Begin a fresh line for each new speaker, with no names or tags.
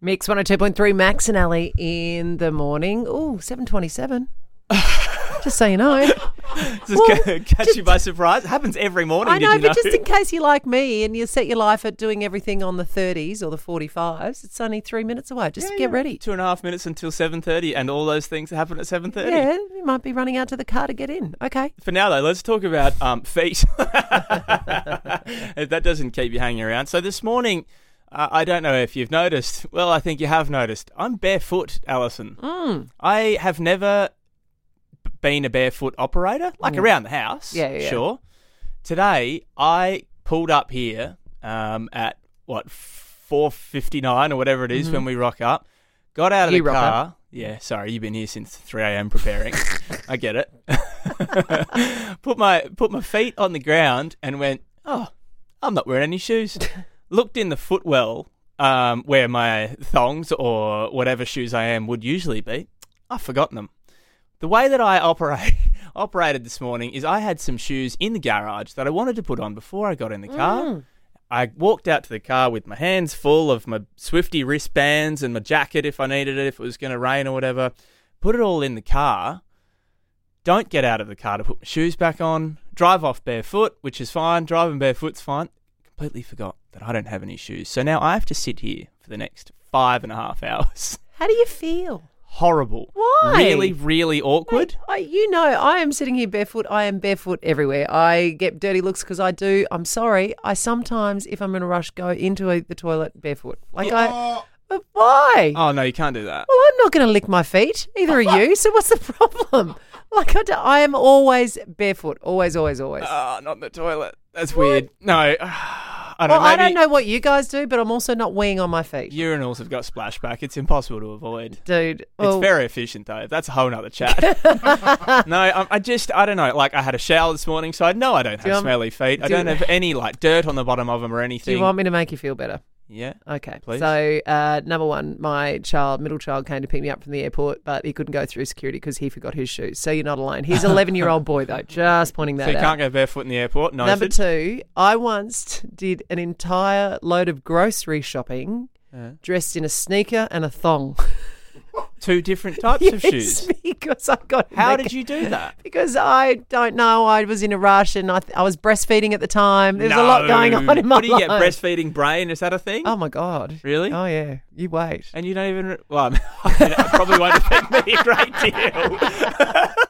Mix 102.3 Max and Ali in the morning. Ooh, 727. just so you know.
Just
Well,
ca- catch you by surprise. It happens every morning.
I know,
did you know?
but just in case you're like me and you set your life at doing everything on the 30s or the 45s, it's only three minutes away. Just
Yeah,
get
yeah.
ready.
Two and a half minutes until seven thirty, and all those things that happen at seven thirty.
Yeah, you might be running out to the car to get in. Okay.
For now, though, let's talk about um, feet. if that doesn't keep you hanging around. So this morning, uh, I don't know if you've noticed. Well, I think you have noticed. I'm barefoot, Alison.
Mm.
I have never b- been a barefoot operator, like around the house.
Mm. Yeah, yeah, yeah.
Sure. Today, I pulled up here um, at what four fifty nine or whatever it is when we rock up. Got out of
Mm-hmm. You
the
rock up.
car. Yeah, sorry, you've been here since three a.m. preparing. I get it. put my put my feet on the ground and went. Oh, I'm not wearing any shoes. Looked in the footwell um, where my thongs or whatever shoes I am would usually be. I've forgotten them. The way that I operate operated this morning is I had some shoes in the garage that I wanted to put on before I got in the
Mm.
car. I walked out to the car with my hands full of my Swifty wristbands and my jacket if I needed it, if it was going to rain or whatever. Put it all in the car. Don't get out of the car to put my shoes back on. Drive off barefoot, which is fine. Driving barefoot's fine. Completely forgot that I don't have any shoes. So now I have to sit here for the next five and a half hours.
How do you feel?
Horrible.
Why?
Really, really awkward.
Mate, I, you know, I am sitting here barefoot. I am barefoot everywhere. I get dirty looks because I do. I'm sorry. I sometimes, if I'm in a rush, go into a, the toilet barefoot. Like I, but why?
Oh no, you can't do that.
Well, I'm not going to lick my feet. Either are you. So what's the problem? Like I, do- I am always barefoot. Always, always, always.
Ah, not in the toilet. That's weird. No, I don't
well,
know.
I
Maybe
don't know what you guys do, but I'm also not weeing on my feet,
urinals have got splashback. It's impossible to avoid.
dude. Well,
it's very efficient though. That's a whole nother chat. no, I, I just I don't know. Like I had a shower this morning, so I know I don't have
you want-
smelly feet. I
do you-
don't have any like dirt on the bottom of them or
do
anything.
you want me to make you feel better?
yeah.
Okay.
Please.
So, uh, number one, my child, middle child, came to pick me up from the airport, but he couldn't go through security because he forgot his shoes. So, you're not alone. He's 11 year old boy, though. Just pointing that
So you
out.
can't go barefoot in the airport. No.
number two, I once did an entire load of grocery shopping
uh,
dressed in a sneaker and a thong.
two different types of
Yes,
shoes.
because I got.
How did you do that?
Because I don't know. I was in a rush and I, th- I was breastfeeding at the time. There's a lot going on
No.
in my
What do you get?
life.
Breastfeeding brain? Is that a thing?
Oh, my God.
Really?
Oh, yeah. You wait.
And you don't even. Well, I mean, it probably won't affect me a great deal.